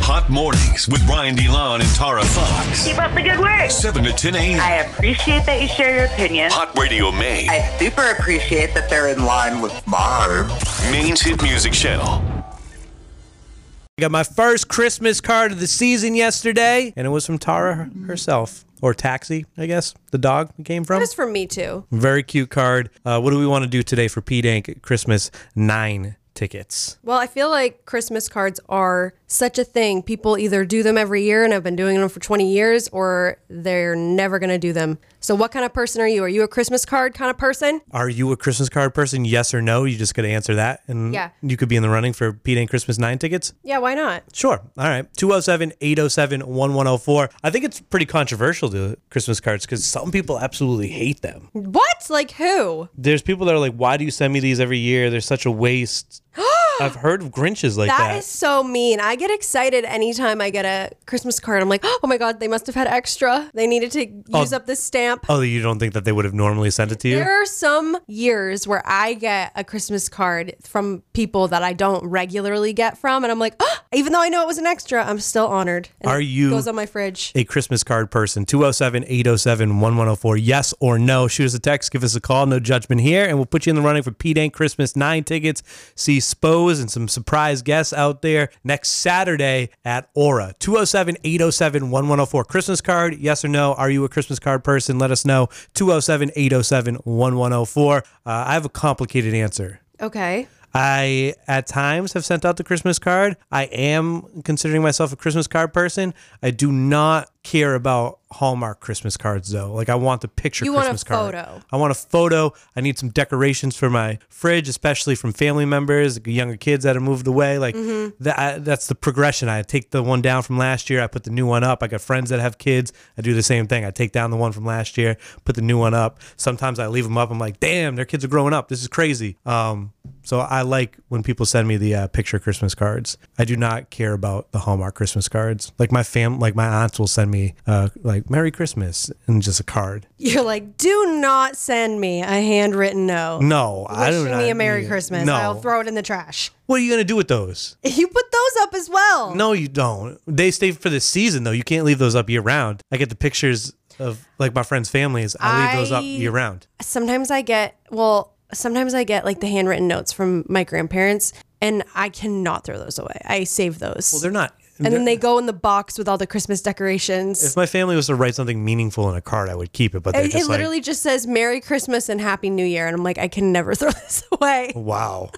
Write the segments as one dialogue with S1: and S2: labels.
S1: Hot Mornings with Brian DeLon and Tara Fox.
S2: Keep up the good work.
S1: 7 to 10 a.m.
S2: I appreciate that you share your opinion.
S1: Hot Radio Maine.
S3: I super appreciate that they're in line with mine.
S1: Maine's hit music channel.
S4: I got my first Christmas card of the season yesterday, and it was from Tara herself. Or Taxi, I guess, the dog we came from.
S5: Mm-hmm. That is from me too.
S4: Very cute card. Uh, what do we want to do today for P Dank Christmas 9 tickets?
S5: Well, I feel like Christmas cards are such a thing. People either do them every year and have been doing them for 20 years or they're never going to do them. So, what kind of person are you? Are you a Christmas card kind of person?
S4: Are you a Christmas card person? Yes or no? You just got to answer that, and
S5: Yeah.
S4: you could be in the running for P Dank Christmas 9 tickets.
S5: Yeah, why not?
S4: Sure. All right. 207 807 1104. I think it's pretty controversial to Christmas cards because some people absolutely hate them.
S5: What? Like who?
S4: There's people that are like, why do you send me these every year? They're such a waste. I've heard of Grinches like that.
S5: That is so mean. I get excited anytime I get a Christmas card. I'm like, oh my God, they must have had extra. They needed to use up this stamp.
S4: oh, you don't think that they would have normally sent it to you?
S5: There are some years where I get a Christmas card from people that I don't regularly get from, and I'm like, oh, even though I know it was an extra, I'm still honored. And
S4: Are
S5: it
S4: you-
S5: goes on my fridge?
S4: a Christmas card person. 207 807 1104. Yes or no. Shoot us a text, give us a call. No judgment here. And we'll put you in the running for Pete Dank Christmas 9 tickets. See Spose and some surprise guests out there next Saturday at Aura. 207 807 1104. Christmas card, yes or no? Are you a Christmas card person? Let us know. 207 807 1104. Uh, I have a complicated answer.
S5: Okay.
S4: I at times have sent out the Christmas card. I am considering myself a Christmas card person. I do not care about Hallmark Christmas cards though. Like I want the picture
S5: You want a
S4: Christmas card.
S5: photo.
S4: I want a photo. I need some decorations for my fridge, especially from family members, younger kids that have moved away. Like
S5: Mm-hmm.
S4: that I, that's the progression. I take the one down from last year, I put the new one up. I got friends that have kids. I do the same thing. I take down the one from last year, put the new one up. Sometimes I leave them up. I'm like, "Damn, their kids are growing up. This is crazy." Um so I like when people send me the uh, picture Christmas cards. I do not care about the Hallmark Christmas cards. Like my fam, like my aunts will send me uh, like Merry Christmas and just a card.
S5: You're like, do not send me a handwritten no.
S4: No, I don't.
S5: Wishing me a Merry Christmas.
S4: No,
S5: I'll throw it in the trash.
S4: what are you gonna do with those?
S5: You put those up as well.
S4: No, you don't. They stay for the season though. You can't leave those up year round. I get the pictures of like my friends' families. I leave those up
S5: I-
S4: year round.
S5: Sometimes I get, well, sometimes I get like the handwritten notes from my grandparents, and I cannot throw those away. I save those.
S4: Well, they're not.
S5: and then they go in the box with all the Christmas decorations.
S4: if my family was to write something meaningful in a card, I would keep it. But they're
S5: It,
S4: just
S5: it
S4: like,
S5: literally just says Merry Christmas and Happy New Year. And I'm like, I can never throw this away.
S4: Oh. wow.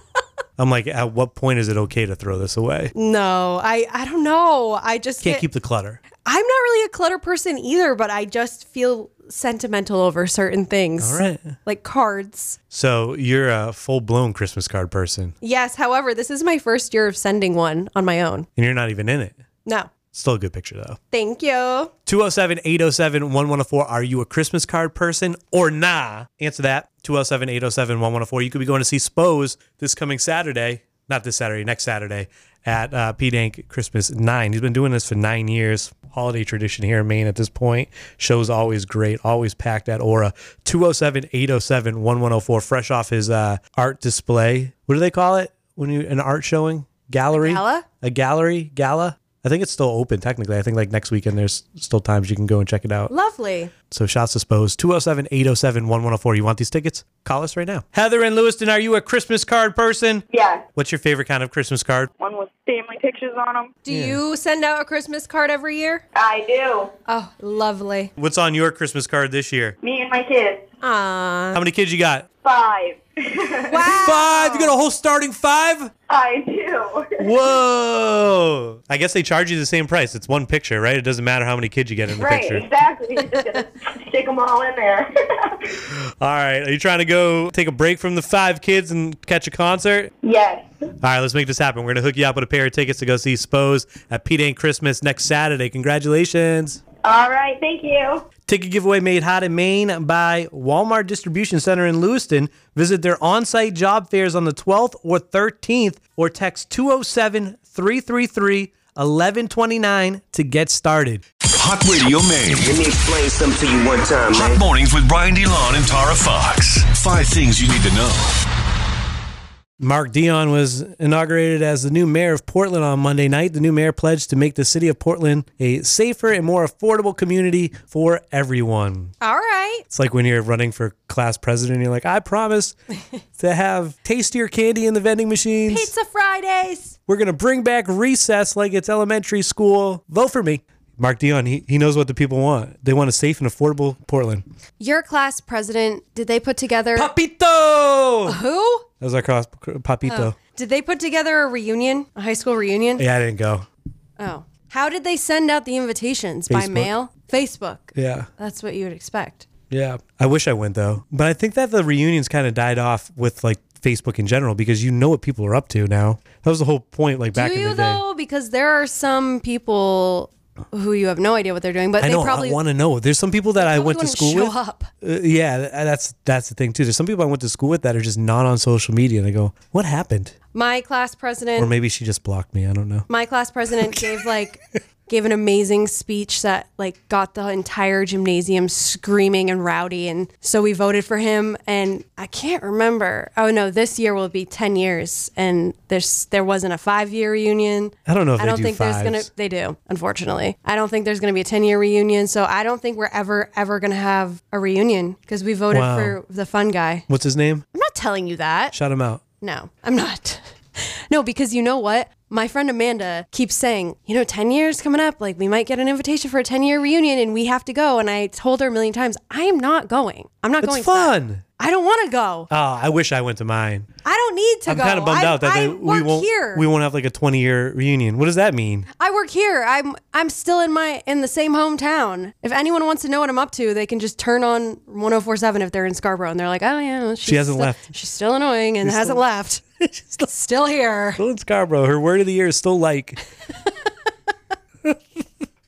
S4: I'm like, at what point is it okay to throw this away?
S5: No, I, I don't know. I just
S4: Can't
S5: get-
S4: keep the clutter.
S5: I'm not really a clutter person either, but I just feel sentimental over certain things.
S4: All right.
S5: Like cards.
S4: So you're a full blown Christmas card person,
S5: Yes. However, this is my first year of sending one on my own.
S4: and you're not even in it.
S5: No.
S4: Still a good picture though.
S5: Thank you.
S4: 207 807 1104. Are you a Christmas card person or nah? Answer that 207 807 1104. You could be going to see Spose this coming Saturday, not this Saturday, next Saturday at uh, P Dank Christmas 9. He's been doing this for nine years. Holiday tradition here in Maine at this point. Show's always great, always packed at Aura. 207 807 1104. Fresh off his uh, art display. What do they call it when you an art showing? Gallery?
S5: gala?
S4: a gallery gala. I think it's still open technically. I think like next weekend there's still times you can go and check it out.
S5: Lovely.
S4: So shots disposed. 207 807 1104. You want these tickets? Call us right now. Heather and Lewiston, are you a Christmas card person?
S2: Yeah.
S4: What's your favorite kind of Christmas card?
S2: One with family pictures on them.
S5: Do you send out a Christmas card every year?
S2: I do.
S5: Oh, lovely.
S4: What's on your Christmas card this year?
S2: Me and my kids.
S5: Aw.
S4: How many kids you got?
S2: Five.
S5: Wow.
S4: Five. You got a whole starting five?
S2: I do.
S4: Whoa. I guess they charge you the same price. It's one picture, right? It doesn't matter how many kids you get in the
S2: Right,
S4: picture.
S2: exactly. Just gonna stick them all in there.
S4: All right. Are you trying to go take a break from the five kids and catch a concert?
S2: yes.
S4: All right, let's make this happen. We're going to hook you up with a pair of tickets to go see Spose at Pete Ain't Christmas next Saturday. Congratulations.
S2: All right. Thank you.
S4: Ticket giveaway made hot in Maine by Walmart Distribution Center in Lewiston. Visit their on site job fairs on the 12th or 13th or text 207 333 1129 to get started.
S1: Hot Radio Maine.
S6: Let me explain something to you one time,
S1: Hot
S6: man.
S1: Mornings with Brian DeLon and Tara Fox. Five things you need to know.
S4: Mark Dion was inaugurated as the new mayor of Portland on Monday night. The new mayor pledged to make the city of Portland a safer and more affordable community for everyone.
S5: All right.
S4: It's like when you're running for class president, and you're like, I promise to have tastier candy in the vending machines.
S5: Pizza Fridays.
S4: We're going to bring back recess like it's elementary school. Vote for me. Mark Dion, he, he knows what the people want. They want a safe and affordable Portland.
S5: Your class president, did they put together
S4: Papito!
S5: who?
S4: That was our cross, Papito.
S5: Did they put together a reunion, a high school reunion?
S4: Yeah, I didn't go.
S5: Oh. How did they send out the invitations? By
S4: Facebook.
S5: mail? Facebook.
S4: Yeah.
S5: That's what you would expect.
S4: Yeah. I wish I went though. But I think that the reunions kind of died off with like Facebook in general because you know what people are up to now. That was the whole point like back
S5: Do
S4: in the
S5: you
S4: day.
S5: though? Because there are some people who you have no idea what they're doing, but
S4: I
S5: they
S4: know
S5: probably
S4: I want to know. There's some people that I
S5: probably
S4: went to
S5: wouldn't
S4: school
S5: show
S4: with.
S5: up.
S4: Uh, yeah, th- that's that's the thing too. There's some people I went to school with that are just not on social media and I go, "What happened?"
S5: My class president
S4: Or maybe she just blocked me. I don't know.
S5: my class president gave like gave an amazing speech that like got the entire gymnasium screaming and rowdy and so we voted for him and I can't remember. Oh no, this year will be 10 years and there's there wasn't a 5-year reunion.
S4: I don't know if
S5: I
S4: they
S5: don't
S4: do
S5: think there's going
S4: fives.
S5: to they do, unfortunately. I don't think there's going to be a 10-year reunion, so I don't think we're ever ever going to have a reunion because we voted
S4: Wow.
S5: for the fun guy.
S4: What's his name?
S5: I'm not telling you that.
S4: Shout him out.
S5: No, I'm not. no, because you know what? My friend Amanda keeps saying, you know, 10 years coming up, like we might get an invitation for a 10 year reunion and we have to go. And I told her a million times, I am not going. I'm not
S4: It's
S5: going. to that.
S4: fun.
S5: I don't want to go.
S4: Oh, I wish I went to mine.
S5: I don't need to
S4: I'm
S5: go.
S4: kind of bummed
S5: I,
S4: out that
S5: I
S4: they, we
S5: work
S4: won't
S5: here.
S4: we won't have like a 20 year reunion. What does that mean?
S5: I work here. I'm I'm still in my in the same hometown. If anyone wants to know what I'm up to, they can just turn on 1047 if they're in Scarborough and they're like, "Oh yeah, well, she's
S4: hasn't
S5: still-
S4: left.
S5: She's still annoying and hasn't left. still, here."
S4: Still in Scarborough. Her word of the year is still like.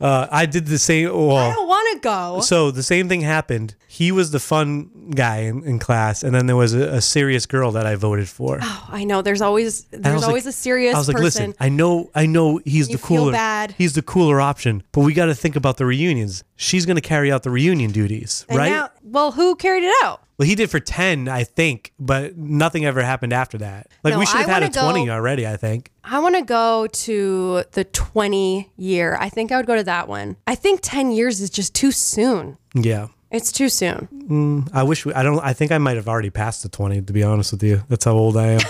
S4: uh, I did the same.
S5: I
S4: Well,
S5: don't want to go.
S4: so the same thing happened. He was the fun guy in, in class, and then there was a, a serious girl that I voted for.
S5: I know. There's always
S4: And I
S5: there's
S4: was
S5: always
S4: like-
S5: a serious
S4: I was like,
S5: person.
S4: listen, I know, I know, he's the
S5: You feel
S4: cooler.
S5: bad.
S4: He's the cooler option, but we got to think about the reunions. She's going to carry out the reunion duties,
S5: And
S4: right?
S5: now- well, who carried it out?
S4: well, he did for ten, I think, but nothing ever happened after that. Like
S5: No,
S4: we should
S5: I
S4: have had a
S5: wanna
S4: twenty
S5: go-
S4: already, I think.
S5: I want to go to the 20 year. I think I would go to that one. I think 10 years is just too soon.
S4: Yeah.
S5: It's too soon.
S4: I wish we, I don't. I think I might have already passed the twenty. To be honest with you, that's how old I am.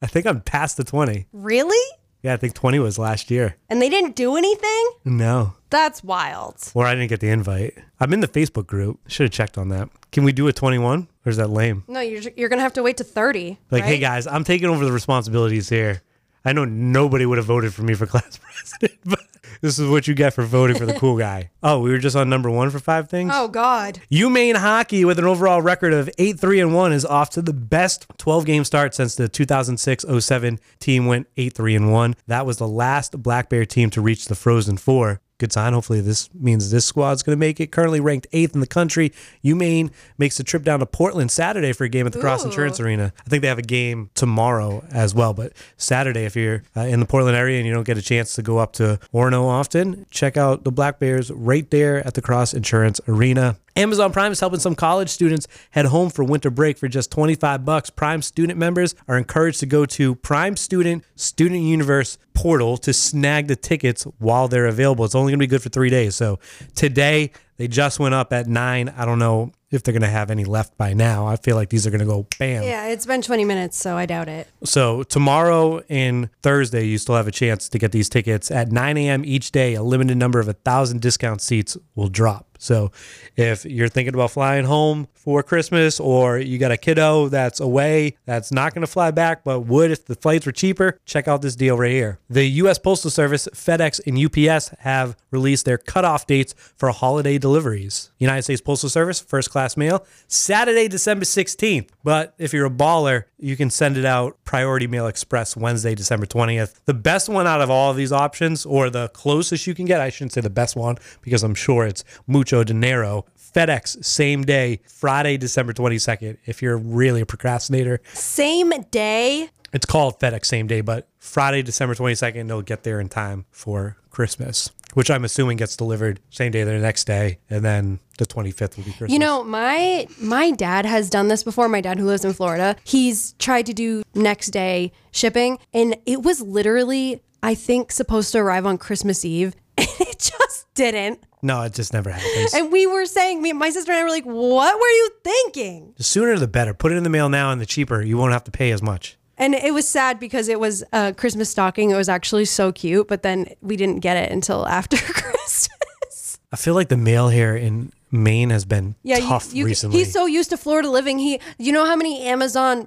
S4: I think I'm past the twenty.
S5: Really?
S4: Yeah, I think twenty was last year.
S5: And they didn't do anything?
S4: No,
S5: That's wild.
S4: or I didn't get the invite. I'm in the Facebook group. Should have checked on that. Can we do a 21? Or is that lame?
S5: No, you're, you're going to have to wait to 30.
S4: Like, hey
S5: right?
S4: guys, I'm taking over the responsibilities here. I know nobody would have voted for me for class president, but this is what you get for voting for the cool guy. Oh, we were just on number one for five things.
S5: Oh, God.
S4: UMaine hockey with an overall record of 8-3 and 1 is off to the best 12-game start since the 2006-07 team went 8-3 and 1. That was the last Black Bear team to reach the Frozen 4. Good sign. Hopefully this means this squad's going to make it. Currently ranked 8th in the country, UMaine makes the trip down to Portland Saturday for a game at the Cross
S5: Ooh.
S4: Insurance Arena. I think they have a game tomorrow as well, but Saturday if you're uh, in the Portland area and you don't get a chance to go up to Orono often, check out the Black Bears right there at the Cross Insurance Arena. Amazon Prime is helping some college students head home for winter break for just 25 bucks. Prime student members are encouraged to go to Prime Student Student Universe portal to snag the tickets while they're available. It's only going to be good for 3 days. So today they just went up at 9. I don't know if they're going to have any left by now. I feel like these are going to go bam.
S5: Yeah, it's been 20 minutes, so I doubt it.
S4: So tomorrow and Thursday, you still have a chance to get these tickets at 9 a.m. each day. A limited number of a thousand discount seats will drop. So if you're thinking about flying home for Christmas, or you got a kiddo that's away that's not going to fly back, but would if the flights were cheaper, check out this deal right here. The U.S. Postal Service, FedEx, and UPS have released their cutoff dates for holiday deliveries. United States Postal Service, first class mail, Saturday, December 16th. But if you're a baller, you can send it out Priority Mail Express Wednesday, December 20th. The best one out of all of these options, or the closest you can get, I shouldn't say the best one because I'm sure it's mucho dinero. FedEx, same day, Friday, December 22nd. If you're really a procrastinator,
S5: Same day.
S4: it's called FedEx same day, but Friday, December 22nd, they'll get there in time for Christmas, which I'm assuming gets delivered same day or the next day. And then the 25th will be Christmas.
S5: You know, my my dad has done this before. My dad who lives in Florida, he's tried to do next day shipping and it was literally I think supposed to arrive on Christmas Eve and it just didn't.
S4: no, it just never happens.
S5: And we were saying me my sister and I were like, "What were you thinking?"
S4: the sooner the better. Put it in the mail now and the cheaper. You won't have to pay as much.
S5: And it was sad because it was a Christmas stocking. It was actually so cute, but then we didn't get it until after Christmas.
S4: I feel like the mail here in Maine has been
S5: Yeah, you-
S4: tough
S5: you,
S4: recently.
S5: he's so used to Florida living. He, you know how many Amazon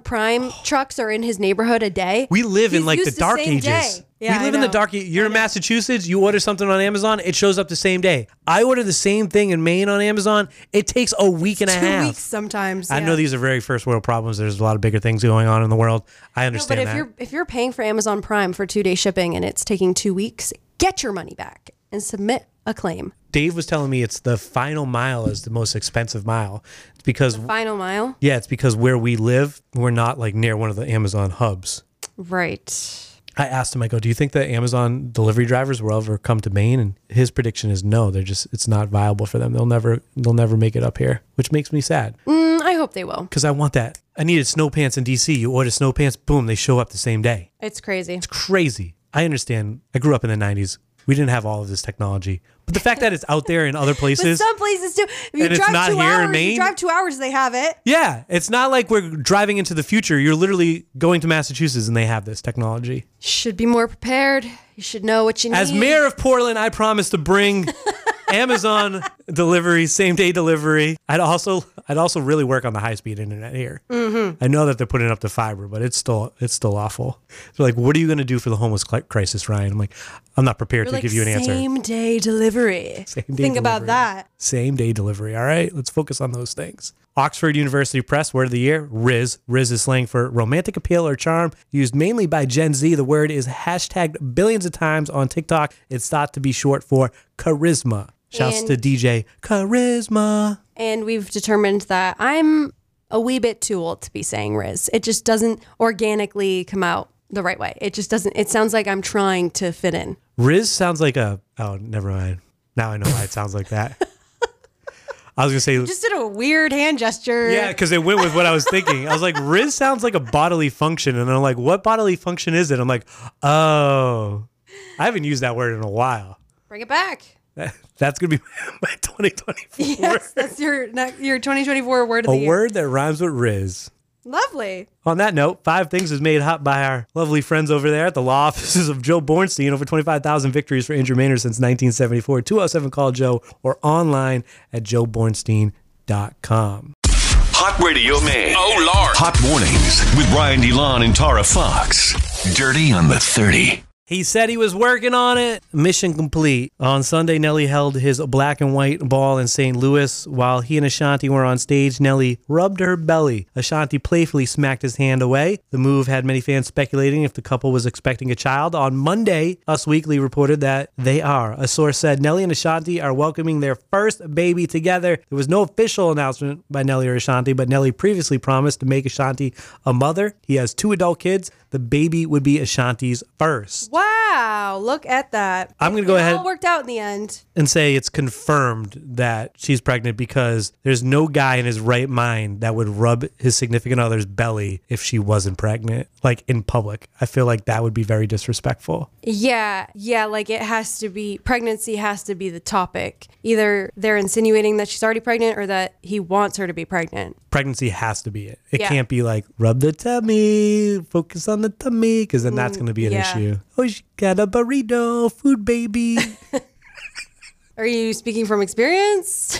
S5: Prime trucks are in his neighborhood a day?
S4: we live in
S5: He's
S4: like the
S5: used to
S4: dark
S5: same
S4: ages.
S5: day. Yeah,
S4: we
S5: I
S4: live in the
S5: know.
S4: dark. a- You're in Massachusetts. You order something on Amazon, it shows up the same day. I order the same thing in Maine on Amazon. It takes a week and a
S5: Two
S4: half.
S5: weeks sometimes.
S4: I know
S5: yeah.
S4: these are very first world problems. There's a lot of bigger things going on in the world. I
S5: No, but
S4: understand
S5: if
S4: that.
S5: you're if you're paying for Amazon Prime for two day shipping and it's taking two weeks, get your money back and submit a claim.
S4: Dave was telling me it's the final mile is the most expensive mile. It's because
S5: Final mile.
S4: yeah, it's because where we live, we're not like near one of the Amazon hubs.
S5: Right.
S4: I asked him, I go, do you think that Amazon delivery drivers will ever come to Maine? And his prediction is no. They're just it's not viable for them. They'll never they'll never make it up here, which makes me sad
S5: Mm, I hope they will.
S4: because I want that. I needed snow pants in DC. You order snow pants, boom, they show up the same day.
S5: It's crazy.
S4: crazy. I understand. I grew up in the 90s. We didn't have all of this technology. But the fact that it's out there in other
S5: But
S4: places.
S5: some places do. If you
S4: And it's
S5: drive
S4: not
S5: two
S4: here in
S5: hours,
S4: Maine?
S5: You drive two hours, they have it.
S4: yeah, it's not like we're driving into the future. You're literally going to Massachusetts and they have this technology.
S5: Should be more prepared. You should know what you need.
S4: As mayor of Portland, I promise to bring Amazon delivery, same day delivery. I'd also I'd also really work on the high speed internet here.
S5: Mm-hmm.
S4: I know that they're putting up the fiber, but it's still it's still awful. They're like, "What are you going to do for the homeless cli- crisis, Ryan?" I'm like, "I'm not prepared to
S5: Like,
S4: give you an answer."
S5: Same day delivery.
S4: Same day
S5: Think about
S4: delivery.
S5: that.
S4: Same day delivery. All right, let's focus on those things. Oxford University Press, word of the year, Riz. Riz is slang for romantic appeal or charm, used mainly by Gen Z. The word is hashtagged billions of times on TikTok. It's thought to be short for charisma. Shouts
S5: And-
S4: to DJ Charisma.
S5: And we've determined that I'm a wee bit too old to be saying Riz. It just doesn't organically come out the right way. It just doesn't. It sounds like I'm trying to fit in.
S4: Riz sounds like a. Oh, never mind. Now I know why it sounds like that. I was gonna say
S5: Just did a weird hand gesture.
S4: Yeah, because it went with what I was thinking. I was like, Riz sounds like a bodily function. And I'm like, what bodily function is it? I'm like, oh, I haven't used that word in a while.
S5: Bring it back.
S4: That- That's going to be my 2024
S5: Yes, that's your your 2024 word of the
S4: A
S5: year.
S4: word that rhymes with Riz.
S5: Lovely.
S4: On that note, Five Things is made hot by our lovely friends over there at the law offices of Joe Bornstein. Over 25,000 victories for injured Maynard since 1974. 207 Call Joe or online at joebornstein.com.
S1: Hot Radio Maine.
S6: Oh, Lord.
S1: Hot mornings with Ryan DeLon and Tara Fox. Dirty on the 30.
S4: He said he was working on it. Mission complete. On Sunday, Nelly held his black and white ball in St. Louis. While he and Ashanti were on stage, Nelly rubbed her belly. Ashanti playfully smacked his hand away. The move had many fans speculating if the couple was expecting a child. On Monday, Us Weekly reported that they are. A source said Nelly and Ashanti are welcoming their first baby together. There was no official announcement by Nelly or Ashanti, but Nelly previously promised to make Ashanti a mother. He has two adult kids. The baby would be Ashanti's first.
S5: Wow, look at that.
S4: I'm gonna go
S5: It
S4: ahead
S5: All worked out in the end.
S4: and say it's confirmed that she's pregnant because there's no guy in his right mind that would rub his significant other's belly if she wasn't pregnant, like in public. I feel like that would be very disrespectful.
S5: Yeah, yeah, like it has to be pregnancy has to be the topic. Either they're insinuating that she's already pregnant or that he wants her to be pregnant.
S4: Pregnancy has to be it. It
S5: Yeah.
S4: can't be like rub the tummy, focus on the tummy, because then that's going to be an
S5: yeah.
S4: issue. Oh, she got a burrito, food baby.
S5: Are you speaking from experience?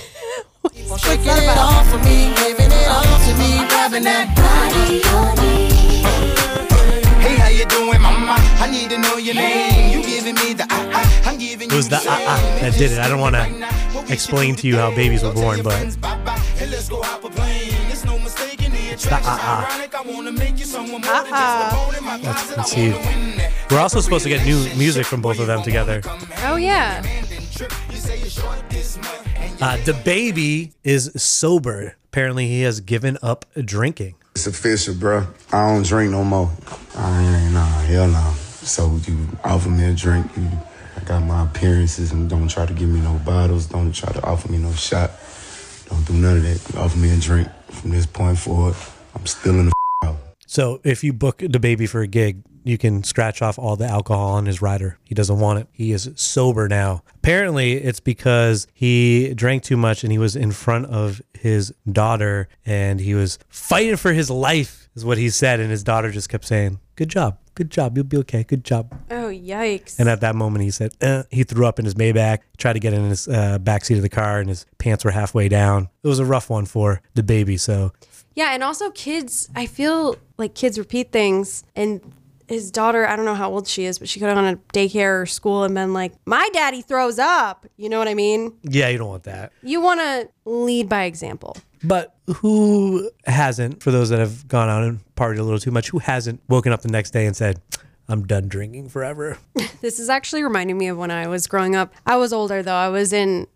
S7: Shaking it off for me, giving it all to me, grabbing that body on me. Hey, how you doing, mama? I need to know your name. You giving me the ah ah, I'm giving
S4: It was the ah ah that did it. I don't want to explain to you how babies were born, but uh,
S7: That's
S4: conceived. We're also supposed to get new music from both of them together.
S5: oh yeah.
S7: short this month. And you
S4: Uh, the baby is sober. Apparently, he has given up drinking.
S8: It's official, bro. I don't drink no more. I ain't, nah, hell no. So you offer me a drink. You, I got my appearances, and don't try to give me no bottles. Don't try to offer me no shot. Don't do none of that. You offer me a drink. From this point forward, I'm still in the out.
S4: So if you book the baby for a gig, you can scratch off all the alcohol on his rider. He doesn't want it. He is sober now. Apparently, it's because he drank too much and he was in front of his daughter and he was fighting for his life, is what he said. And his daughter just kept saying, Good job. Good job. You'll be okay. Good job.
S5: Oh, yikes.
S4: And at that moment, he said, eh. he threw up in his Maybach, tried to get in his uh, backseat of the car, and his pants were halfway down. It was a rough one for the baby. So
S5: yeah, and also kids, I feel like kids repeat things and his daughter, I don't know how old she is, but she could have gone to daycare or school and been like, My daddy throws up. You know what I mean?
S4: yeah, you don't want that.
S5: You want to lead by example.
S4: But who hasn't, for those that have gone out and partied a little too much, who hasn't woken up the next day and said, I'm done drinking forever?
S5: This is actually reminding me of when I was growing up. I was older though. I was in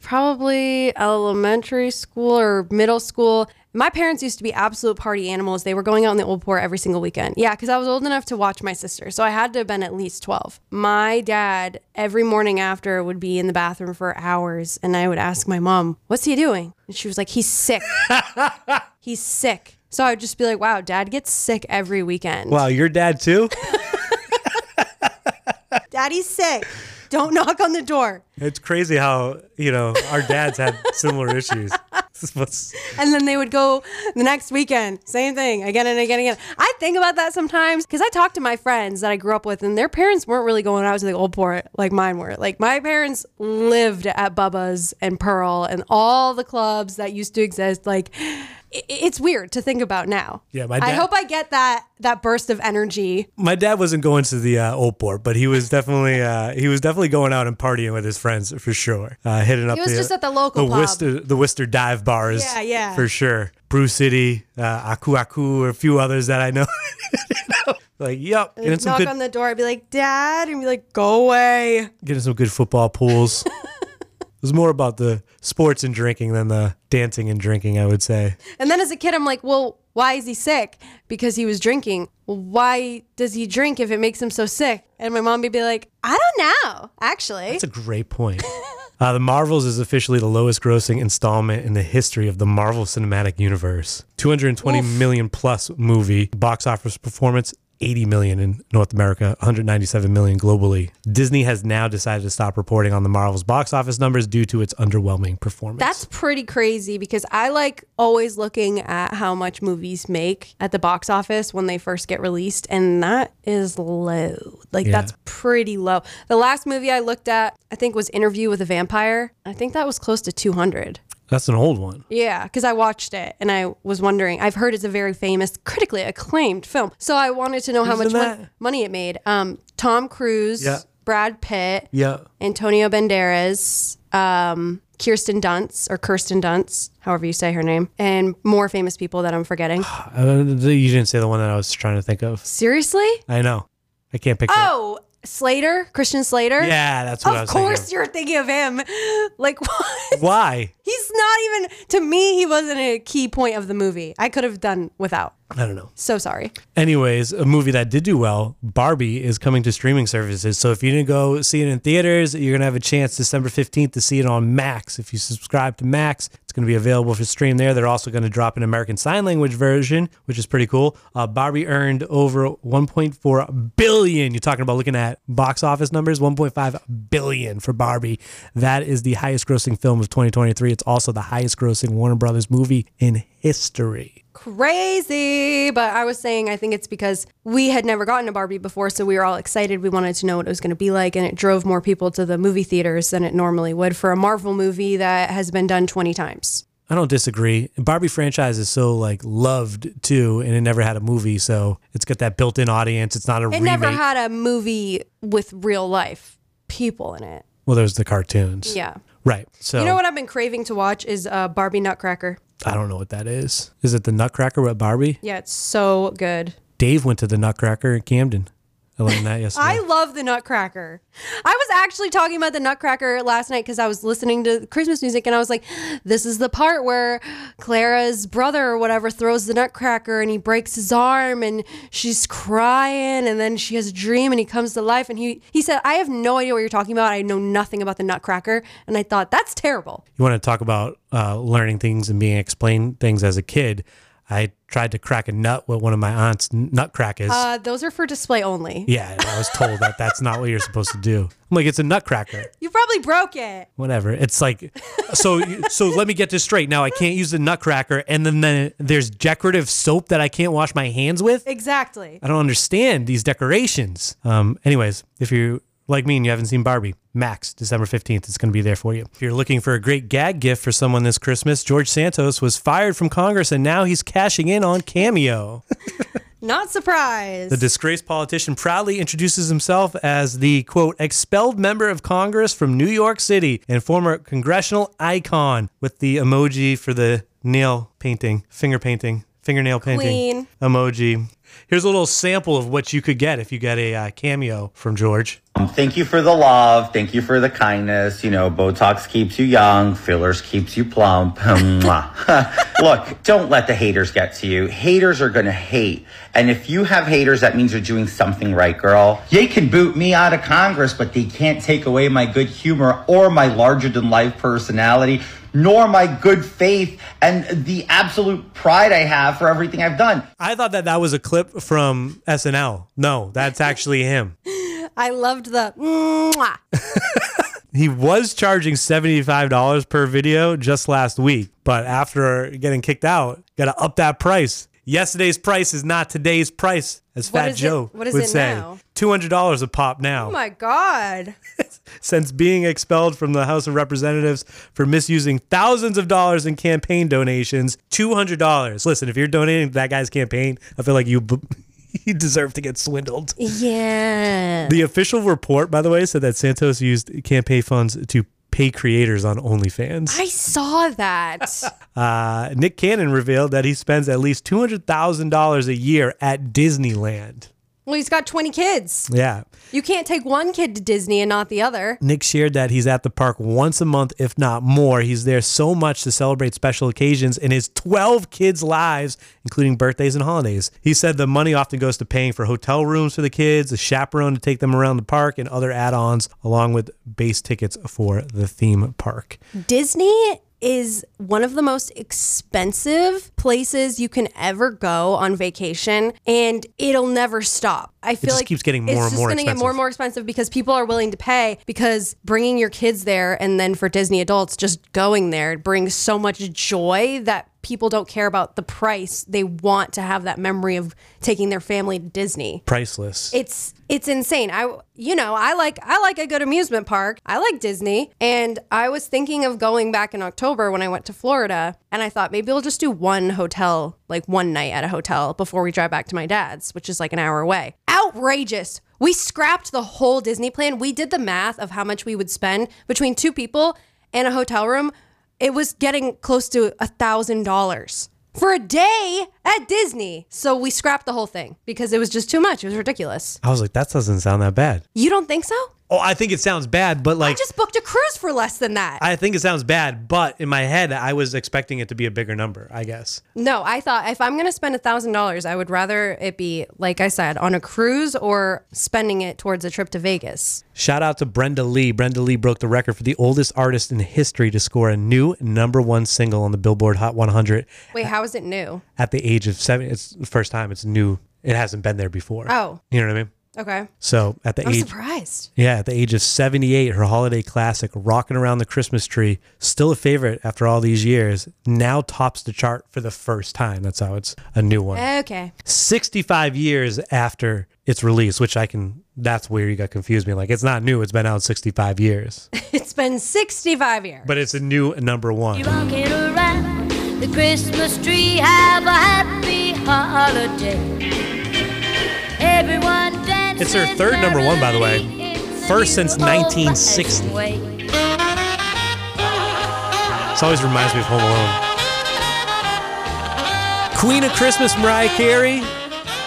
S5: probably elementary school or middle school. My parents used to be absolute party animals. They were going out in the old port every single weekend. Yeah, because I was old enough to watch my sister. So I had to have been at least 12. My dad, every morning after, would be in the bathroom for hours. And I would ask my mom, What's he doing? And she was like, He's sick. He's sick. So I would just be like, Wow, dad gets sick every weekend.
S4: Wow, your dad too?
S5: Daddy's sick. Don't knock on the door.
S4: It's crazy how, you know, our dads had similar issues. This is what's-
S5: and then they would go the next weekend same thing again and again and again i think about that sometimes because i talk to my friends that i grew up with and their parents weren't really going out to the old port like mine were like my parents lived at bubba's and pearl and all the clubs that used to exist like i- it's weird to think about now
S4: Yeah, my
S5: i
S4: dad-
S5: hope i get that that burst of energy
S4: my dad wasn't going to the uh, old port, but he was definitely uh, he was definitely going out and partying with his friends for sure. Uh, hitting up
S5: was
S4: the,
S5: just at the local
S4: the
S5: pub.
S4: Worcester the Worcester dive bars.
S5: Yeah, yeah.
S4: for sure. Brew City, uh, Aku Aku, or a few others that I know. like, yep, getting some
S5: Uh, knock
S4: good
S5: on the door i'd be like dad and be like go away
S4: getting some good football pools. it was more about the sports and drinking than the dancing and drinking, I would say.
S5: And then as a kid, I'm like, well, why is he sick? Because he was drinking. Well, why does he drink if it makes him so sick? And my mom would be like, I don't know, actually.
S4: That's a great point. Uh, the Marvels is officially the lowest grossing installment in the history of the Marvel Cinematic Universe. Two hundred and twenty million plus movie. Box office performance 80 million in North America, 197 million globally. Disney has now decided to stop reporting on the Marvel's box office numbers due to its underwhelming performance.
S5: That's pretty crazy because I like always looking at how much movies make at the box office when they first get released, and that is low. Like,
S4: Yeah.
S5: that's pretty low. The last movie I looked at, I think, was Interview with a Vampire. I think that was close to 200.
S4: That's an old one.
S5: Yeah, because I watched it and I was wondering. I've heard it's a very famous, critically acclaimed film, so I wanted to know how much
S4: Isn't
S5: mon-
S4: that-
S5: money it made. Um, Tom Cruise,
S4: Yeah.
S5: Brad Pitt,
S4: Yeah.
S5: Antonio Banderas, um, Kirsten Dunst or Kirsten Dunst, however you say her name, and more famous people that I'm forgetting.
S4: Uh, you didn't say the one that I was trying to think of.
S5: Seriously?
S4: I know. I can't picture it.
S5: Oh, Slater, Christian Slater.
S4: Yeah, that's what I
S5: Of
S4: was
S5: course,
S4: thinking.
S5: you're thinking of him. Like what?
S4: Of. Why?
S5: He's not even to me. He wasn't a key point of the movie. I could have done without.
S4: I don't know.
S5: So sorry.
S4: Anyways, a movie that did do well, Barbie, is coming to streaming services. So if you didn't go see it in theaters, you're going to have a chance December 15th to see it on Max. If you subscribe to Max, it's going to be available for stream there. They're also going to drop an American Sign Language version, which is pretty cool. Uh, Barbie earned over 1.4 billion. You're talking about looking at box office numbers, 1.5 billion for Barbie. That is the highest grossing film of 2023. It's also the highest grossing Warner Brothers movie in history.
S5: crazy. But I was saying, I think it's because we had never gotten a Barbie before, so we were all excited. We wanted to know what it was going to be like, and it drove more people to the movie theaters than it normally would for a Marvel movie that has been done 20 times.
S4: I don't disagree. Barbie franchise is so like loved too, and it never had a movie, so it's got that built-in audience. It's not a
S5: It
S4: remake.
S5: never had a movie with real life people in it.
S4: well, there's the cartoons,
S5: Yeah.
S4: right? So
S5: You know what I've been craving to watch is uh, Barbie Nutcracker.
S4: I don't know what that is. Is it the Nutcracker with Barbie?
S5: Yeah, it's so good.
S4: Dave went to the Nutcracker in Camden. I learned that yesterday.
S5: I love the Nutcracker. I was actually talking about the Nutcracker last night because I was listening to Christmas music and I was like, this is the part where Clara's brother or whatever throws the Nutcracker and he breaks his arm and she's crying and then she has a dream and he comes to life and he he said, I have no idea what you're talking about. I know nothing about the Nutcracker. And I thought, that's terrible.
S4: you want to talk about uh, learning things and being explained things as a kid. I tried to crack a nut with one of my aunt's n- nutcrackers.
S5: Uh, those are for display only.
S4: yeah, and I was told that that's not what you're supposed to do. I'm like, it's a nutcracker.
S5: You probably broke it.
S4: Whatever. It's like, so so. Let me get this straight. Now I can't use the nutcracker, and then, then there's decorative soap that I can't wash my hands with.
S5: Exactly.
S4: I don't understand these decorations. Um, anyways, if you like me and you haven't seen Barbie, Max, December 15th, it's going to be there for you. If you're looking for a great gag gift for someone this Christmas, George Santos was fired from Congress and now he's cashing in on Cameo.
S5: Not surprised.
S4: The disgraced politician proudly introduces himself as the quote, expelled member of Congress from New York City and former congressional icon with the emoji for the nail painting, finger painting, fingernail painting
S5: Queen.
S4: emoji. Here's a little sample of what you could get if you got a uh, cameo from George.
S9: Thank you for the love. Thank you for the kindness. You know, Botox keeps you young, fillers keeps you plump. Mwah. Look, don't let the haters get to you. Haters are going to hate. And if you have haters, that means you're doing something right, girl. They can boot me out of Congress, but they can't take away my good humor or my larger than life personality, nor my good faith and the absolute pride I have for everything I've done.
S4: I thought that that was a clip from SNL. No, that's actually him.
S5: I loved the. Mwah. Oh
S4: He was charging $75 per video just last week, but after getting kicked out, got to up that price. Yesterday's price is not today's price, as
S5: What
S4: Fat
S5: is it-
S4: Joe
S5: what is
S4: would
S5: it
S4: say.
S5: now?
S4: $200 a pop now.
S5: Oh my God.
S4: since being expelled from the House of Representatives for misusing thousands of dollars in campaign donations. Two hundred dollars. Listen, if you're donating to that guy's campaign, I feel like you b- you deserve to get swindled.
S5: Yeah.
S4: The official report, by the way, said that Santos used campaign funds to pay creators on OnlyFans.
S5: I saw that.
S4: Uh, Nick Cannon revealed that he spends at least two hundred thousand dollars a year at Disneyland.
S5: well, he's got 20 kids.
S4: Yeah.
S5: You can't take one kid to Disney and not the other.
S4: Nick shared that he's at the park once a month, if not more. He's there so much to celebrate special occasions in his 12 kids' lives, including birthdays and holidays. He said the money often goes to paying for hotel rooms for the kids, a chaperone to take them around the park, and other add ons, along with base tickets for the theme park.
S5: Disney is one of the most expensive places you can ever go on vacation, and it'll never stop. I feel
S4: just
S5: like
S4: keeps getting more
S5: it's
S4: and
S5: just
S4: more
S5: gonna get
S4: expensive.
S5: more and more expensive because people are willing to pay because bringing your kids there and then for Disney adults just going there brings so much joy that people don't care about the price. They want to have that memory of taking their family to Disney.
S4: Priceless.
S5: it's it's insane. I you know, I like I like a good amusement park. I like Disney, and I was thinking of going back in October when I went to Florida, and I thought maybe I'll just do one hotel, like one night at a hotel before we drive back to my dad's, which is like an hour away. Outrageous. We scrapped the whole Disney plan. We did the math of how much we would spend between two people and a hotel room. It was getting close to a thousand dollars for a day at Disney. So we scrapped the whole thing because it was just too much. It was ridiculous.
S4: I was like, that doesn't sound that bad.
S5: You don't think so?
S4: Oh, I think it sounds bad, but
S5: I
S4: like.
S5: just booked a cruise for less than that.
S4: I think it sounds bad, but in my head, I was expecting it to be a bigger number, I guess.
S5: no, I thought if I'm going to spend $1,000, I would rather it be, like I said, on a cruise or spending it towards a trip to Vegas.
S4: Shout out to Brenda Lee. Brenda Lee broke the record for the oldest artist in history to score a new number one single on the Billboard Hot 100
S5: Wait, how is it new?
S4: at the age of seven. It's the first time it's new. It hasn't been there before.
S5: Oh.
S4: You know what I mean?
S5: Okay.
S4: So at the
S5: I'm
S4: age,
S5: surprised.
S4: yeah, at the age of 78, her holiday classic, Rocking Around the Christmas Tree, still a favorite after all these years, now tops the chart for the first time. That's how it's a new one.
S5: Okay.
S4: 65 years after its release, which I can, that's where you got confused me. Like, it's not new, it's been out 65 years,
S5: It's been 65 years.
S4: but it's a new number one.
S10: Rocking around the Christmas tree, have a happy holiday. Everyone dance.
S4: It's her third number one, by the way. First since 1960. This always reminds me of Home Alone. Queen of Christmas, Mariah Carey,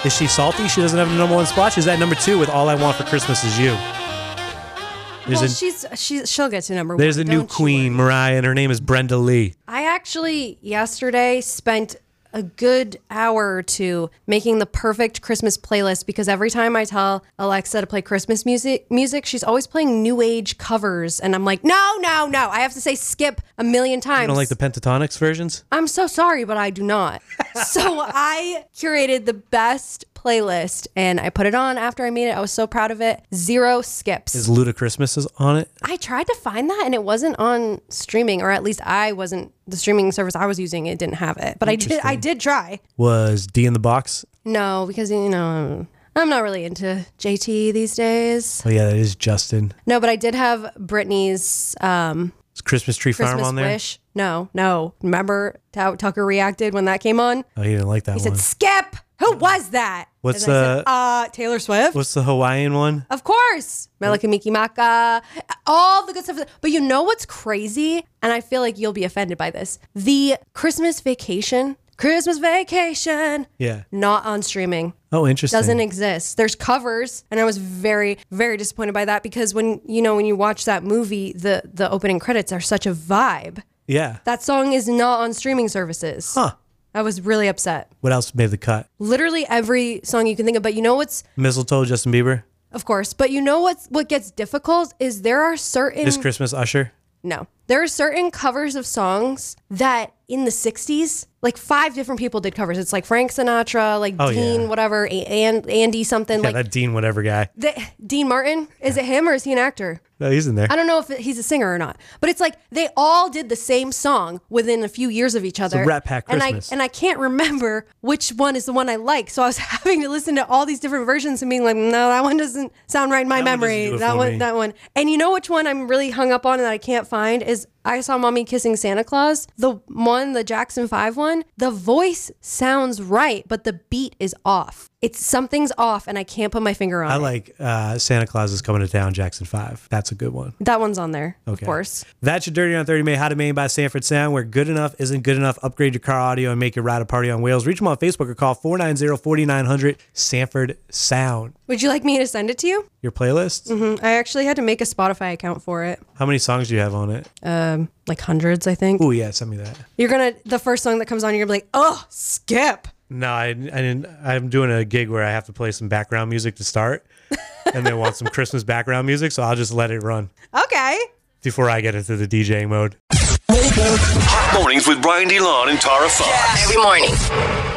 S4: Is she salty? She doesn't have a number one spot. She's at number two with All I Want for Christmas Is You. There's
S5: well,
S4: a
S5: she's she she'll get to number one.
S4: there's a new
S5: don't you
S4: queen, Mariah, and her name is Brenda Lee.
S5: I actually yesterday spent a good hour or two making the perfect Christmas playlist because every time I tell Alexa to play Christmas music, music she's always playing new age covers and I'm like, "No, no, no. I have to say skip a million times."
S4: You don't like the pentatonics versions?
S5: I'm so sorry, but I do not. so I curated the best playlist and I put it on after I made it. I was so proud of it. Zero skips.
S4: Is Luda Christmas is on it?
S5: I tried to find that and it wasn't on streaming, or at least I wasn't the streaming service I was using. It didn't have it, but I did. I did try.
S4: Was D in the box?
S5: No, because you know I'm- I'm not really into JT these days.
S4: Oh yeah, that is Justin.
S5: No, but I did have Britney's um,
S4: Is Christmas Tree Farm
S5: Christmas
S4: on there?
S5: Wish. No, no. Remember how Tucker reacted when that came on?
S4: Oh, he didn't like that one.
S5: He said, "Skip." Who was that?
S4: What's,
S5: And I said,
S4: uh,
S5: uh Taylor Swift?
S4: What's the Hawaiian one?
S5: Of course. Melika Miki Maka, all the good stuff. But you know what's crazy? And I feel like you'll be offended by this. The Christmas vacation, Christmas vacation,
S4: Yeah.
S5: not on streaming.
S4: Oh, interesting.
S5: Doesn't exist. There's covers, and I was very, very disappointed by that because when you know when you watch that movie, the the opening credits are such a vibe.
S4: yeah.
S5: That song is not on streaming services.
S4: Huh.
S5: I was really upset.
S4: What else made the cut?
S5: Literally every song you can think of, but you know what's
S4: Mistletoe, Justin Bieber.
S5: of course. But you know what's what gets difficult is there are certain
S4: This Christmas, Usher.
S5: no. There are certain covers of songs that in the 60s, like five different people did covers. It's like Frank Sinatra, like
S4: Oh,
S5: Dean
S4: yeah.
S5: whatever, A- and Andy something
S4: Yeah,
S5: like
S4: that Dean whatever guy.
S5: the, Dean Martin. Is it him or is he an actor?
S4: No, he's in there.
S5: I don't know if he's a singer or not, but it's like they all did the same song within a few years of each other.
S4: Rat Pack
S5: and
S4: Christmas.
S5: I and I can't remember which one is the one I like, so I was having to listen to all these different versions and being like, no, that one doesn't sound right in
S4: That
S5: my
S4: one doesn't
S5: memory.
S4: do it
S5: that
S4: for
S5: one,
S4: me.
S5: that one. And you know which one I'm really hung up on and that I can't find is I saw mommy kissing Santa Claus, the one, the Jackson Five one. The voice sounds right, but the beat is off. It's something's off, and I can't put my finger on
S4: I
S5: it.
S4: like uh, Santa Claus is coming to town, Jackson Five. That's a good one.
S5: that one's on there,
S4: Okay.
S5: of course.
S4: That's your Dirty on 30 May, How to Maine by Sanford Sound, where good enough isn't good enough. Upgrade your car audio and make your ride a party on wheels. Reach them on Facebook or call 490-4900 Sanford Sound.
S5: Would you like me to send it to you?
S4: Your playlist?
S5: Mm, I actually had to make a Spotify account for it.
S4: How many songs do you have on it?
S5: Like hundreds, I think.
S4: Oh, yeah, send me that.
S5: You're gonna the first song that comes on, you're gonna be like, oh, skip.
S4: No, I, I didn't, I'm doing a gig where I have to play some background music to start, and they want some Christmas background music, so I'll just let it run
S5: Okay.
S4: before I get into the DJing mode.
S1: Hot mornings with Brian DeLon and Tara Fox.
S6: Every morning.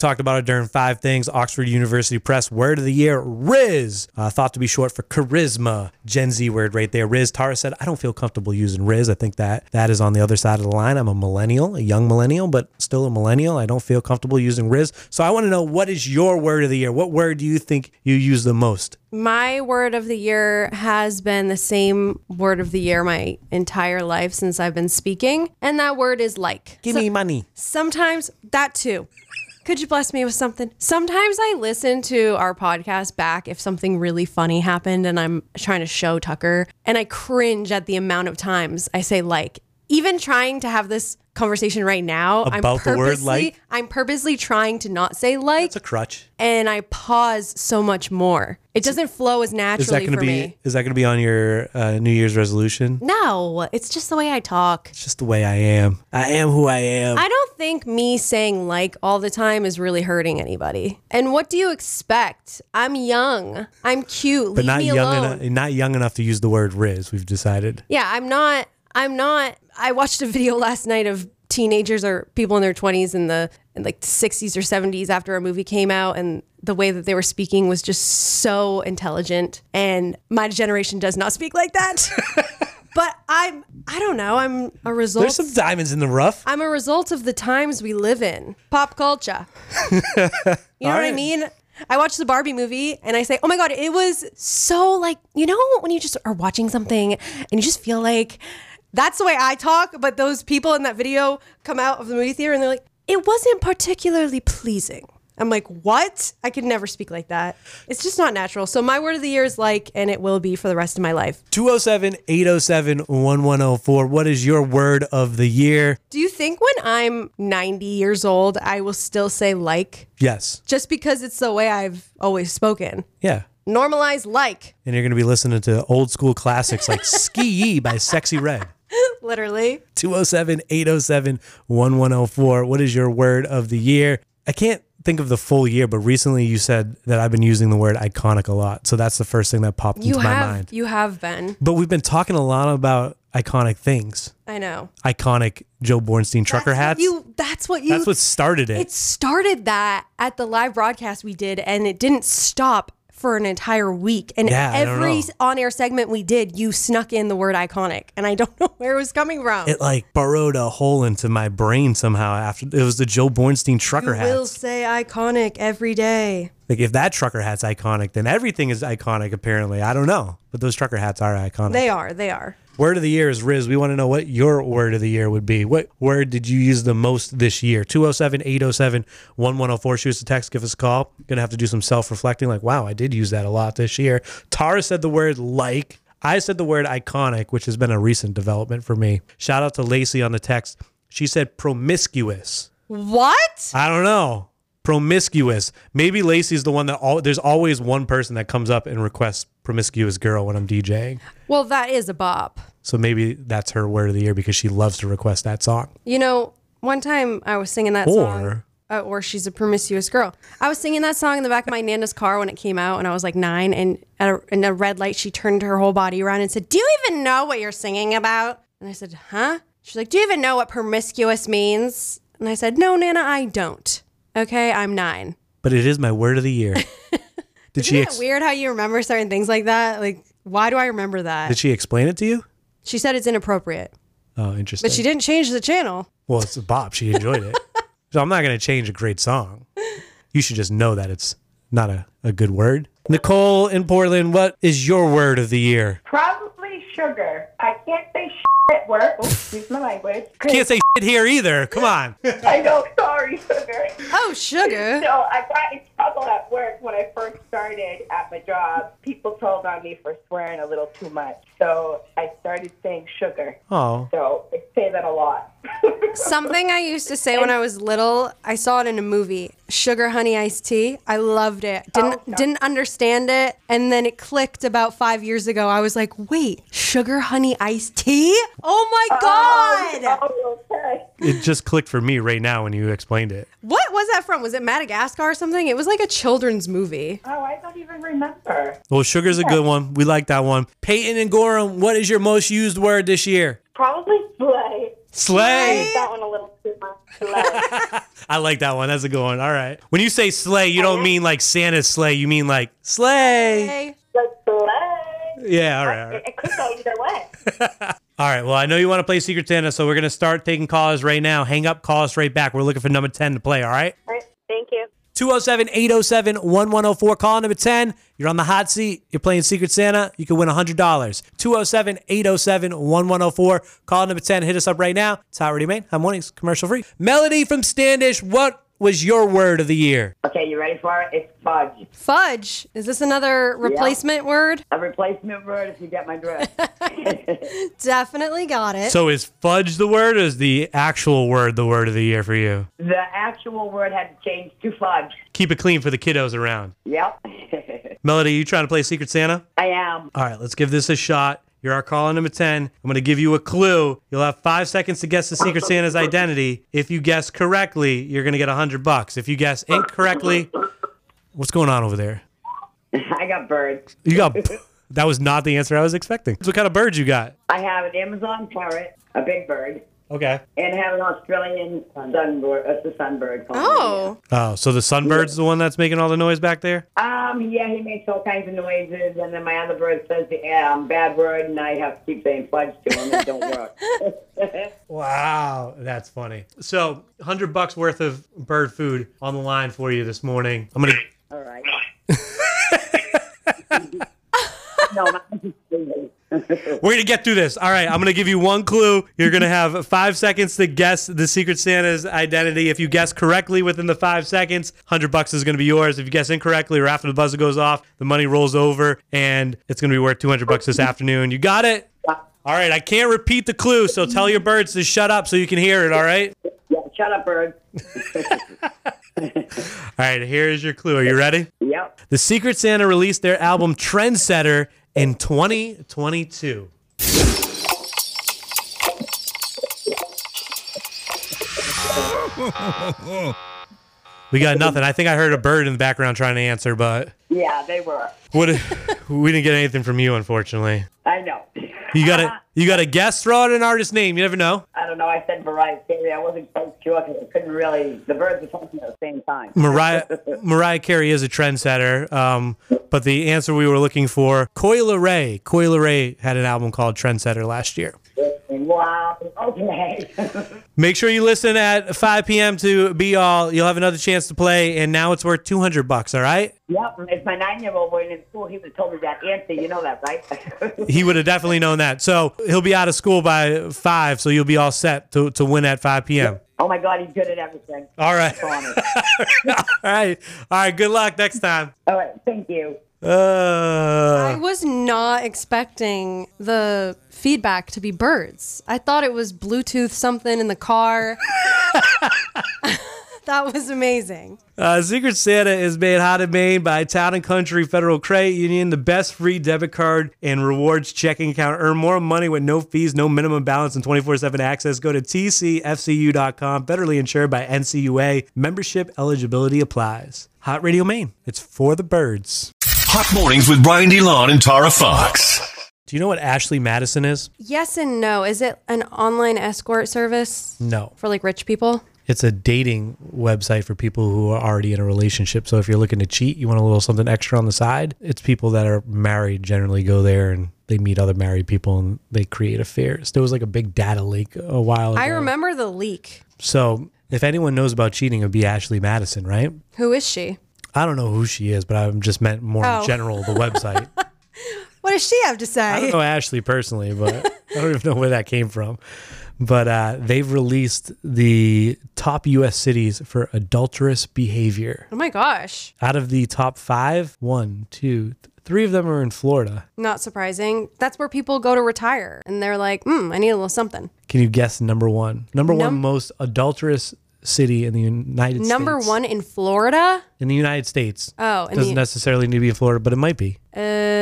S4: Talked about it during five things. Oxford University Press word of the year, Riz. Uh, thought to be short for charisma. Gen Z word right there. Riz. Tara said, I don't feel comfortable using Riz. I think that that is on the other side of the line. I'm a millennial, a young millennial, but still a millennial. I don't feel comfortable using Riz. So I want to know what is your word of the year? What word do you think you use the most?
S5: My word of the year has been the same word of the year my entire life since I've been speaking, and that word is like.
S4: Give me money.
S5: Sometimes that too. Could you bless me with something? Sometimes I listen to our podcast back if something really funny happened and I'm trying to show Tucker and I cringe at the amount of times I say like. Even trying to have this conversation right now, I'm
S4: About the word
S5: purposely
S4: like?
S5: I'm purposely trying to not say like
S4: It's a crutch.
S5: and I pause so much more. It doesn't flow as
S4: Is that
S5: naturally
S4: going
S5: for
S4: to be?
S5: me.
S4: Is that going to be on your uh, New Year's resolution?
S5: No, it's just the way I talk.
S4: It's just the way I am. I am who I am.
S5: I don't think me saying like all the time is really hurting anybody. And what do you expect? I'm young. I'm cute.
S4: but
S5: Leave
S4: not
S5: me
S4: young
S5: alone.
S4: enough. Not young enough to use the word Riz. We've decided.
S5: Yeah, I'm not. I'm not. I watched a video last night of teenagers or people in their 20s and the in like 60s or 70s after a movie came out and the way that they were speaking was just so intelligent and my generation does not speak like that but i'm i don't know i'm a result
S4: There's some diamonds in the rough.
S5: i'm a result of the times we live in pop culture you know
S4: All
S5: what i
S4: right.
S5: mean i watched the barbie movie and i say oh my god it was so like you know when you just are watching something and you just feel like that's the way i talk but those people in that video come out of the movie theater and they're like it wasn't particularly pleasing I'm like, what? I could never speak like that. It's just not natural. So my word of the year is like, and it will be for the rest of my life.
S4: 207 807 1104. What is your word of the year?
S5: Do you think when I'm 90 years old, I will still say like
S4: Yes.
S5: just because it's the way I've always spoken?
S4: Yeah.
S5: Normalize like,
S4: And you're going to be listening to old school classics like Ski by Sexy Red.
S5: literally.
S4: 207 807 1104. What is your word of the year? I can't think of the full year, but recently you said that I've been using the word iconic a lot. So that's the first thing that popped
S5: You
S4: into
S5: have,
S4: my mind.
S5: you have been.
S4: But we've been talking a lot about iconic things,
S5: I know.
S4: iconic Joe Bornstein trucker hats.
S5: You. That's what you.
S4: that's what started it.
S5: it started that at the live broadcast we did, and it didn't stop for an entire week. And
S4: Yeah, I don't
S5: every
S4: know.
S5: on air segment we did, you snuck in the word iconic, and I don't know where it was coming from.
S4: it like burrowed a hole into my brain somehow after it was the Joe Bornstein
S5: you
S4: trucker
S5: will
S4: hats.
S5: say iconic every day.
S4: Like if that trucker hat's iconic, then everything is iconic apparently. I don't know. But those trucker hats are iconic.
S5: They are. They are.
S4: Word of the year is Riz. We want to know what your word of the year would be. What word did you use the most this year? 207 807 1104. Shoot us a text, give us a call. Gonna have to do some self reflecting. Like, wow, I did use that a lot this year. Tara said the word like. I said the word iconic, which has been a recent development for me. Shout out to Lacey on the text. She said promiscuous.
S5: What?
S4: I don't know. Promiscuous. Maybe Lacey's the one that all, there's always one person that comes up and requests promiscuous girl when I'm DJing.
S5: Well, that is a bop.
S4: So maybe that's her word of the year because she loves to request that song.
S5: You know, one time I was singing that song.
S4: Or-
S5: Uh, or she's a promiscuous girl. I was singing that song in the back of my nana's car when it came out, and I was like nine. And at a, in a red light, she turned her whole body around and said, "Do you even know what you're singing about?" And I said, "Huh?" She's like, "Do you even know what promiscuous means?" And I said, "No, Nana, I don't. Okay, I'm nine.
S4: But it is my word of the year. Did she
S5: Isn't
S4: ex-
S5: that weird how you remember certain things like that? Like, why do I remember that?"
S4: did she explain it to you?
S5: she said it's inappropriate,
S4: Oh, interesting.
S5: but she didn't change the channel.
S4: Well, it's a bop. She enjoyed it. so I'm not going to change a great song. You should just know that it's not a, a good word. Nicole in Portland, what is your word of the year?
S2: Probably sugar. I can't say shit at work. Oh, excuse my language.
S4: Can't say shit here either. Come on.
S2: I know. Sorry, sugar.
S5: Oh, sugar.
S2: So I got in trouble at work when I first started at my job. People told on me for swearing a little too much. So I started saying sugar.
S4: Oh,
S2: So I say that a lot.
S5: Something I used to say when I was little, I saw it in a movie, Sugar Honey Iced Tea. I loved it. Didn't
S2: yeah.
S5: didn't understand it, and then it clicked about 5 years ago. I was like, "Wait, Sugar Honey Iced Tea? Oh my god.
S2: Oh, okay.
S4: it just clicked for me right now when you explained it.
S5: What was that from? Was it Madagascar or something? It was like a children's movie.
S2: Oh, I don't even remember.
S4: Well, sugar's a good one. We like that one. Peyton and Gorham, what is your most used word this year?
S2: Probably slay.
S4: Slay.
S2: That one a little too much. Slay.
S4: I like that one. That's a good one. All right. When you say sleigh, you don't mean like Santa's sleigh. You mean like sleigh.
S5: Hey,
S2: Like, slay.
S4: Yeah. All right. All
S2: It,
S4: right.
S2: it could go either way.
S4: All right. Well, I know you want to play Secret Santa, so we're gonna start taking calls right now. Hang up, call us right back. We're looking for number ten to play. All right.
S2: All right. Thank you.
S4: 207-807-1104. Call number 10. You're on the hot seat. You're playing Secret Santa. You can win $100. 207-807-1104. Call number 10. Hit us up right now. It's already made. Hot mornings. Commercial free. Melody from Standish. What was your word of the year?
S11: Okay, you ready for it? It's fudge.
S5: fudge. Is this another replacement word?
S11: A replacement word if you get my drift.
S5: Definitely got it.
S4: So is fudge the word or is the actual word the word of the year for you?
S11: the actual word had to change to fudge.
S4: Keep it clean for the kiddos around.
S11: Yep.
S4: Melody, you trying to play Secret Santa?
S11: I am.
S4: All right, let's give this a shot. You're our call on number 10. I'm going to give you a clue. You'll have five seconds to guess the Secret Santa's identity. If you guess correctly, you're going to get 100 bucks. If you guess incorrectly, what's going on over there?
S11: I got birds.
S4: You got. That was not the answer I was expecting. So what kind of bird you got?
S11: I have an Amazon parrot, a big bird,
S4: Okay.
S11: and have an Australian sunbird. That's a sunbird. called
S5: oh,
S4: Oh, so the sunbird's the one that's making all the noise back there?
S11: Leo. Um. Yeah, he makes all kinds of noises, and then my other bird says the um, bad word, and I have to keep saying fudge to him. It don't work.
S4: Wow, that's funny. So, 100 bucks worth of bird food on the line for you this morning. I'm going to
S11: all right. no, my-
S4: We're going to get through this. All right. I'm going to give you one clue. You're going to have five seconds to guess the Secret Santa's identity. If you guess correctly within the five seconds, 100 bucks is going to be yours. If you guess incorrectly or after the buzzer goes off, the money rolls over and it's going to be worth 200 bucks this afternoon. You got it? All right. I can't repeat the clue. So tell your birds to shut up so you can hear it. All right.
S11: Yeah, shut up, bird.
S4: All right. Here's your clue. Are you ready?
S11: Yep.
S4: The Secret Santa released their album Trendsetter in 2022. We got nothing. I think I heard a bird in the background trying to answer, but
S11: Yeah, they were.
S4: what? we didn't get anything from you, unfortunately.
S11: I know.
S4: You got to you got to guess. Throw out an artist name. You never know.
S11: I don't know. I said Mariah Carey. I wasn't quite sure because I couldn't really. The birds were talking at the same time.
S4: Mariah Mariah Carey is a trendsetter, um, but the answer we were looking for, Coil Ray. Coil Ray had an album called Trendsetter last year.
S11: wow. Okay.
S4: Make sure you listen at 5 p.m. to Be All. You'll have another chance to play, and now it's worth 200 bucks. All right?
S11: yep. If my nine-year-old were in school, he would have told me that answer. You know that, right?
S4: He would have definitely known that. So he'll be out of school by five, so you'll be all set to, to win at 5 p.m.
S11: oh my God, he's good at everything.
S4: All right.
S11: Promise.
S4: all right. All right. Good luck next time.
S11: All right. Thank you.
S5: I
S4: Uh,
S5: was not expecting the feedback to be birds. I thought it was Bluetooth something in the car. that was amazing.
S4: uh, Secret Santa is made hot in Maine by Town and Country Federal Credit Union, the best free debit card and rewards checking account. Earn more money with no fees, no minimum balance, and 24 7 access. Go to tcfcu.com, federally insured by NCUA. Membership eligibility applies. Hot Radio Maine. It's for the birds.
S1: Hot mornings with Brian DeLon and Tara Fox.
S4: Do you know what Ashley Madison is?
S5: Yes and no. Is it an online escort service
S4: No.
S5: for like rich people?
S4: It's a dating website for people who are already in a relationship. So if you're looking to cheat, you want a little something extra on the side. It's people that are married generally go there and they meet other married people and they create affairs. There was like a big data leak a while ago.
S5: I remember the leak.
S4: So if anyone knows about cheating, it would be Ashley Madison, right?
S5: Who is she?
S4: I don't know who she is, but I am just meant more
S5: Oh.
S4: in general the website.
S5: What does she have to say?
S4: I don't know Ashley personally, but I don't even know where that came from. But uh, they've released the top U.S. cities for adulterous behavior.
S5: Oh my gosh.
S4: Out of the top five, one, two, th- three of them are in Florida.
S5: Not surprising. That's where people go to retire and they're like, hmm, I need a little something.
S4: Can you guess number one? Number one
S5: Num-
S4: most adulterous city in the United
S5: Number
S4: States.
S5: one in Florida?
S4: in the United States.
S5: Oh, in
S4: doesn't
S5: the-
S4: necessarily need to be in Florida, but it might be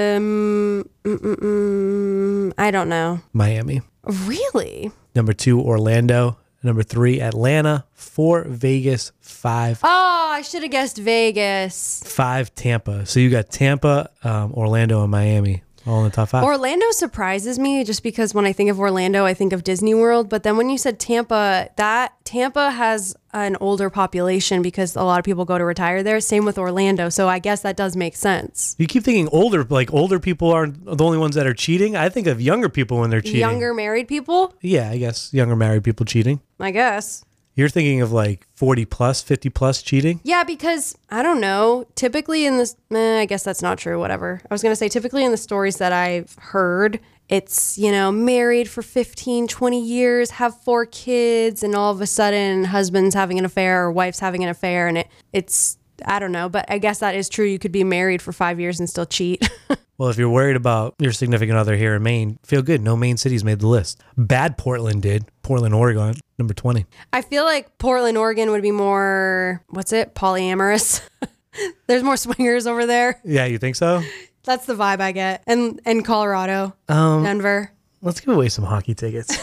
S5: Um, mm, mm, mm, I don't know.
S4: Miami.
S5: Really?
S4: Number two, Orlando. Number three, Atlanta. Four, Vegas. Five,
S5: Oh, I should have guessed Vegas.
S4: five Tampa. So you got Tampa, um, Orlando, and Miami all in the top five.
S5: Orlando surprises me just because when I think of Orlando, I think of Disney World. But then when you said Tampa, that Tampa has an older population because a lot of people go to retire there. Same with Orlando. So I guess that does make sense.
S4: you keep thinking older, like older people aren't the only ones that are cheating. I think of younger people when they're cheating.
S5: Younger married people,
S4: Yeah, I guess younger married people cheating.
S5: I guess.
S4: You're thinking of like 40 plus, 50 plus cheating.
S5: Yeah, because I don't know. Typically in this, eh, I guess that's not true. Whatever. I was gonna say typically in the stories that I've heard, it's you know married for 15, 20 years, have four kids, and all of a sudden husband's having an affair or wife's having an affair, and it it's I don't know. But I guess that is true. You could be married for five years and still cheat.
S4: Well, if you're worried about your significant other here in Maine, feel good. No Maine cities made the list. Bad Portland did. Portland, Oregon, number 20.
S5: I feel like Portland, Oregon would be more what's it polyamorous. There's more swingers over there.
S4: Yeah, you think so?
S5: That's the vibe I get. And and Colorado,
S4: Um,
S5: Denver.
S4: Let's give away some hockey tickets.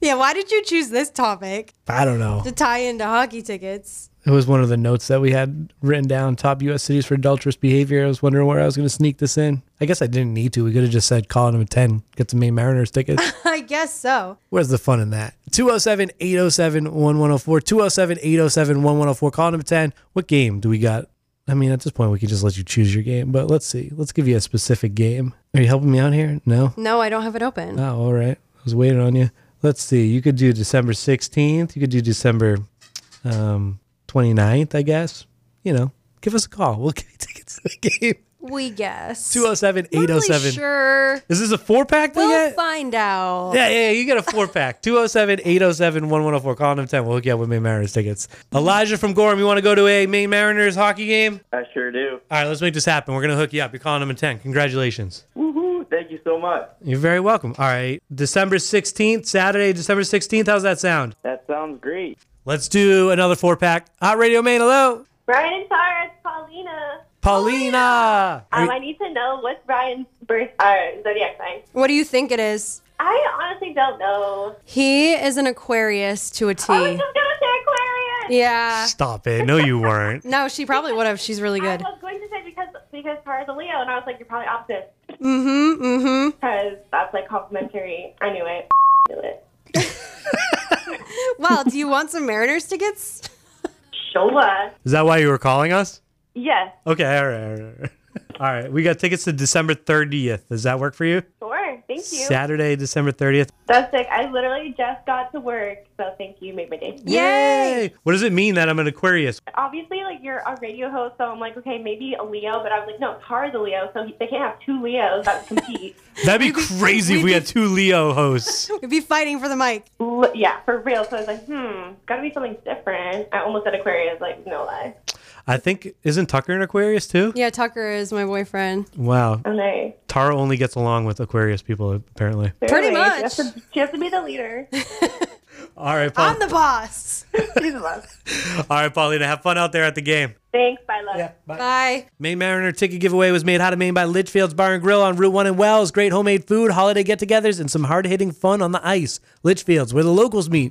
S5: Yeah, why did you choose this topic
S4: I don't know.
S5: to tie into hockey tickets?
S4: It was one of the notes that we had written down top U.S. cities for adulterous behavior. I was wondering where I was going to sneak this in. I guess I didn't need to. We could have just said, calling them a 10, get some Maine Mariners tickets.
S5: I guess so.
S4: Where's the fun in that? 207 807 1104. 207 807 1104. Call number 10. What game do we got? I mean, at this point, we could just let you choose your game, but let's see. Let's give you a specific game. Are you helping me out here? No?
S5: No, I don't have it open.
S4: Oh, all right. I was waiting on you. Let's see. You could do December 16th. You could do December um, 29th, I guess. You know, give us a call. We'll give you tickets to the game.
S5: We guess.
S4: 207 807.
S5: Sure.
S4: Is this a four pack they
S5: We'll
S4: get?
S5: find out.
S4: Yeah, yeah, yeah, you get a oh four pack. 207 807 1104. Call them 10. We'll hook you up with Maine Mariners tickets. Elijah from Gorham, you want to go to a Maine Mariners hockey game?
S12: I sure do.
S4: All right, let's make this happen. We're going to hook you up. You're calling them in 10. Congratulations.
S12: Woohoo! Thank you so much.
S4: You're very welcome. All right, December 16th, Saturday, December 16th. How's that sound?
S12: That sounds great.
S4: Let's do another four pack. Hot Radio Maine, hello.
S13: Brian and Tara, it's Paulina.
S4: Paulina. Are
S13: Um,
S4: you-
S13: I need to know what's Brian's birth uh, zodiac sign.
S5: What do you think it is?
S13: I honestly don't know.
S5: He is an Aquarius to a T.
S13: I was just gonna say Aquarius.
S5: yeah.
S4: Stop it. No, you weren't.
S5: No, she probably would have. She's really good.
S13: I was going to say because because Tara's a Leo, and I was like, you're probably opposite
S5: Mm-hmm. Mm-hmm.
S13: because that's like complimentary. Anyway, do it.
S5: Well, do you want some Mariners tickets?
S13: Sure.
S4: Is that why you were calling us?
S13: Yes.
S4: Okay, all right, all right, all right. All right, we got tickets to December 30th. Does that work for you?
S13: Sure. Thank you.
S4: Saturday, December 30th.
S13: That's sick. I literally just got to work, so thank you. Made my day.
S4: Yay! What does it mean that I'm an Aquarius?
S13: Obviously, like you're a radio host, so I'm like, okay, maybe a Leo, but I was like, no, Tara's a Leo, so they can't have two Leos that would compete.
S4: That'd be crazy if we had two Leo hosts.
S5: We'd be fighting for the mic.
S13: yeah, for real. So I was like, hmm, gotta be something different. I almost said Aquarius, like, no lie.
S4: I think isn't Tucker an Aquarius too?
S5: Yeah, Tucker is my boyfriend.
S4: Wow.
S13: Okay.
S4: Tara only gets along with Aquarius people apparently.
S5: Pretty
S13: Really,
S5: much.
S13: She has, to, she has to be the leader.
S4: All right, Paul.
S5: the boss.
S13: She's the boss.
S4: All right, Paulina, have fun out there at the game.
S13: Thanks. Bye, love.
S4: bye.
S5: bye.
S4: Maine Mariner ticket giveaway was made hot and Maine by Litchfield's Bar and Grill on Route 1 in Wells. Great homemade food, holiday get togethers, and some hard hitting fun on the ice. Litchfield's, where the locals meet.